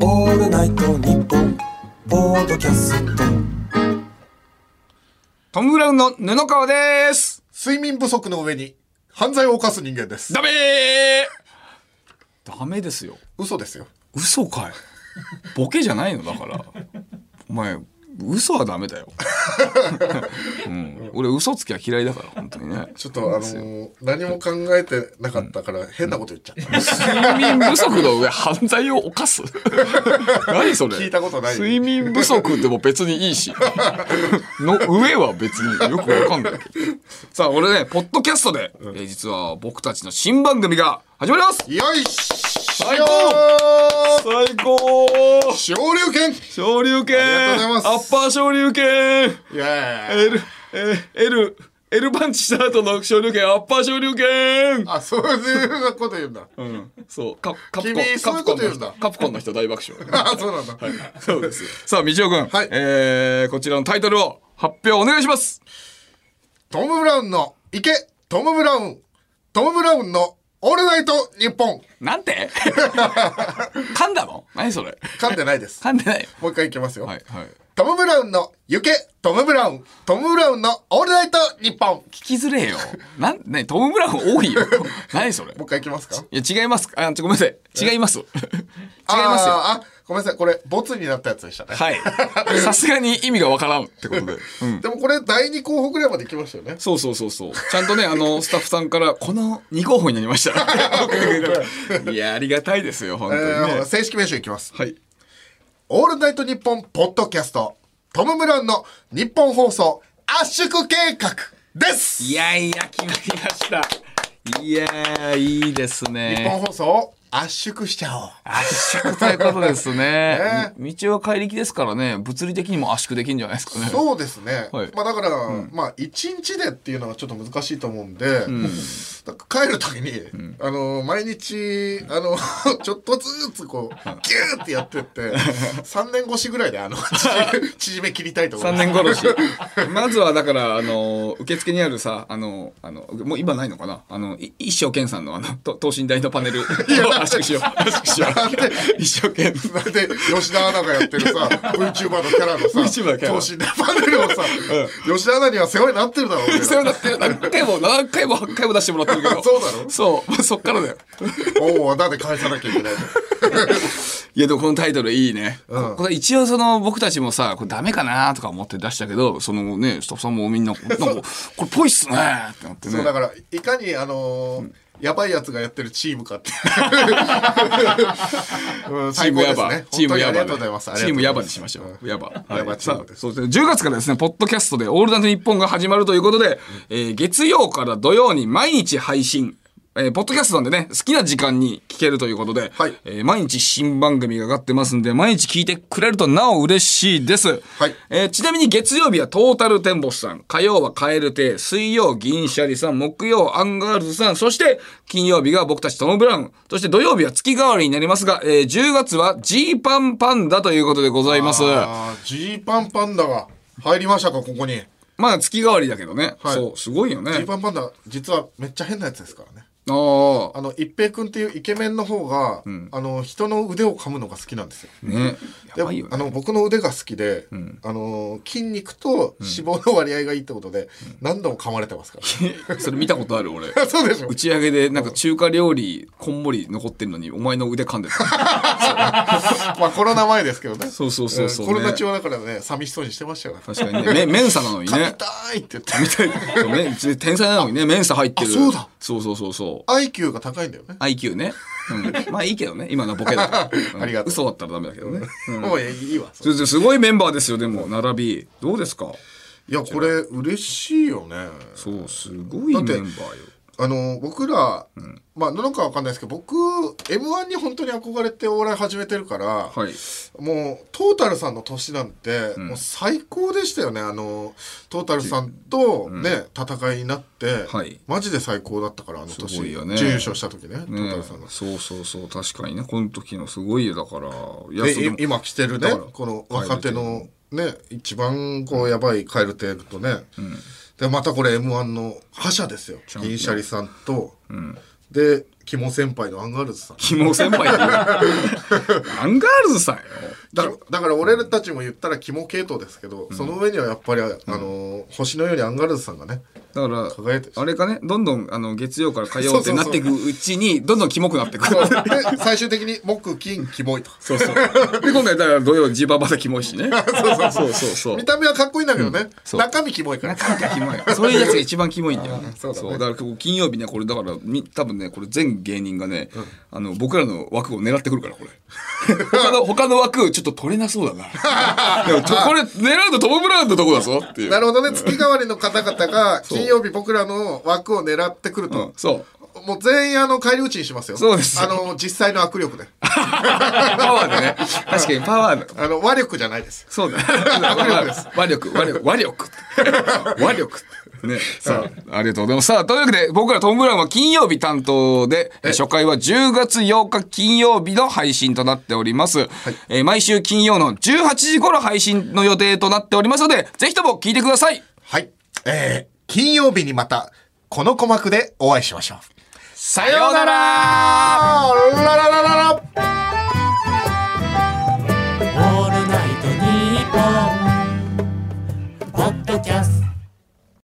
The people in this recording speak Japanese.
オールナイトニッポン」ポードキャストトム・ブラウンの布川です睡眠不足の上に犯罪を犯す人間です。ダメーダメですよ。嘘ですよ。嘘かい。ボケじゃないのだから。お前、嘘はダメだよ。 うん、俺、嘘つきは嫌いだから、本当にね。ちょっとあのー何も考えてなかったから変なこと言っちゃった。睡眠不足の上、犯罪を犯す 何それ 聞いたことない睡眠不足でも別にいいし。の上は別によくわかんないけど。さあ、俺ね、ポッドキャストで、えー実は僕たちの新番組が始まりますよいしょ最最高昇竜拳昇竜拳ありがとうございますアッパー昇竜拳イエーイ L、えー L、L パンチした後の昇竜拳、アッパー昇竜拳あ、そういうこと言うんだ。うん、そう、カカプコン君、カそうプコいうこンとの言うんだ人、カプコンの人大爆 笑。あ、そうなんだ。そうですよ。さあ、道夫君、はいえー、こちらのタイトルを発表お願いします。トム・ブラウンの池、トム・ブラウン、トム・ブラウンのオールナイト日本。なん て噛んだの何それ噛んでないです。噛んでない。もう一回いきますよ。はい、はい。トム・ブラウンの池、トム・ブラウン、トム・ブラウンのオールナイト日本。も聞きづれえよ。なん、ね、トム・ブラウン多いよ。何それう一回いきますか違いいや、違います。あ、ちょ、ごめんなさい。違います。違いますよ。あー、あごめんなさい。これ、ボツになったやつでしたね。はい。さすがに意味がわからんってことで。 うん。でもこれ第2候補ぐらいまで来ましたよね。そうそうそうそう。ちゃんとね、あの、スタッフさんから、この2候補になりま した。いや、ありがたいですよ、本当えにーね。正式名称いきます。はい。オールナイトニッポンポッドキャスト、トム・ブラウンの日本放送圧縮計画ですいやいや、決まりました。いやー、いいです日本ね。放送を圧縮しちゃおう。圧縮ということですねね。み道は怪力ですからね、物理的にも圧縮できるんじゃないですかね。そうですね。はいまあだから、まあ一日でっていうのはちょっと難しいと思うんで、なんか帰る時に、あの、毎日、あの、 ちょっとずつこう、ギューってやってって、3年 越しぐらいであの、縮め縮め切りたいと思い三 ます。年殺し。 まずはだから、あの、受付にあるさ、あの、あの、もう今ないのかなあの、い一生健さんのあの、と等身大のパネルを圧縮しよう。圧縮しよう。一生懸命。なんで吉田アナがやってる さ VTuber のキャラのさ VTuber キャラ等身大パネルをさ、吉田アナには世話になってるだろう けどそうだって、何回も、何回も、8回も出してもらってるけど。 そうだろそう。まあそっからだよ。おおなんで返さなきゃいけないのいや、でもこのタイトルいいね。うんこれ一応その、僕たちもさ、これダメかなとか思って出したけど、そのね、スタッフさんもみんな、 なんか、これぽいっすねってなってね。そうだからいかにあのーやばいやつがやってるチームかって いう、うんチームヤバ、最高ですねチームヤ本当にあバりがとうございますチームヤバでにしましょう。んヤバ。ヤバチームですさあそうですね。10月からですね、ポッドキャストでオールナイトニッポンが始まるということで、えー月曜から土曜に毎日配信。えーポッドキャストなんでね、好きな時間に聞けるということで、はいえー毎日新番組が上がってますんで、毎日聞いてくれるとなお嬉しいです。はいえーちなみに月曜日はトータルテンボスさん、火曜はカエルテ、水曜銀シャリさん、木曜アンガールズさん、そして金曜日が僕たちトム・ブラウン、そして土曜日は月替わりになりますが、えー10月はジーパンパンダということでございます。あージーパンパンダが入りましたかここにジまあ月替わりだけどね。はいそう、すごいよね。ーパンパンダ実はめっちゃ変なやつですからねあーあの一平君っていうイケメンの方が、あの人の腕を噛むのが好きなんですよね。でやばいよあね。の僕の腕が好きで、あの筋肉と脂肪の割合がいいってことで、何度も噛まれてますかそれ見たことある俺。ら そうでしょ打ち上げでなんか中華料理こんもり残ってるのにお前の腕噛んで た。まあコロナ前ですけどねそうそうそうそうねんコロナ中はだからね寂しそうにしてましたよね確かにね。めメンサなのに噛ねみ。たいって言って そうね、うち天才なのにね、メンサ入ってる。あそうだそうそうそうそう。 IQ が高いんだよね IQ ね。うん。まあいいけどね、今のはボケだから。うん ありがとう嘘だったらダメだけどね。もういいわそれですごいメンバーですよ、でも、並び。どうですかいやこれ嬉しいよねそう、すごいメだンバってーよ。あの僕ら、まあなんかわかんないですけど僕 m 1に本当に憧れてお笑い始めてるから、はい。もうトータルさんの年なんて、もう最高でしたよねあのトータルさんとね、戦いになって、はいマジで最高だったからあのすごい年よね準優勝した時ねトーねタルさんが。そうそうそう、確かにね、この時のすごいよ、だから。いや、でそうでもい今着てるねだからこの若手のね一番こうやばいカエルテールとね、でまたこれ m 1の覇者ですよ銀シャリさんと、で肝先輩のアンガールズさんキモ先輩って言う なアンガールズさんよ。だからだから俺たちも言ったら肝系統ですけど、その上にはやっぱり、あの星のようにアンガールズさ んがねだか輝いてるら、あれかね、どんどんあの月曜から火曜ってなっていくうちに、どんどんキモくなっていく。で最終的に木金キモいとそうそう。で、今回だから土曜ジババでキモいしね。 そうそうそうそう。見た目はかっこいいんだけどね、そう中身キモいからなんかキモい。そういうやつが一番キモいんだよね。ーそうだねからこう金曜日ね、これだから、み多分ね、これ全芸人がね、あの、僕らの枠を狙ってくるから、これ。 他の、他の枠、ちょっと取れなそうだ な。でもとこれ、狙うとトム・ブラウンのとこだぞっていう。なるほどね月替わりの方々がう金曜日僕らの枠を狙ってくるうんと、そう。もう全員あの返り討ちにしますよそうですあの実際の握力でパワーでね。確かにパワーだ。あの和力じゃないですそうだ。和力、和力、和力。和力。ね、さあ、ありがとうございます。さあ、というわけで、僕らトム・ブラウンは金曜日担当で、え初回は10月8日金曜日の配信となっております。えー毎週金曜の18時頃配信の予定となっておりますので、ぜひとも聞いてください。はいえー、金曜日にまたこの鼓膜でお会いしましょうさようならあららららら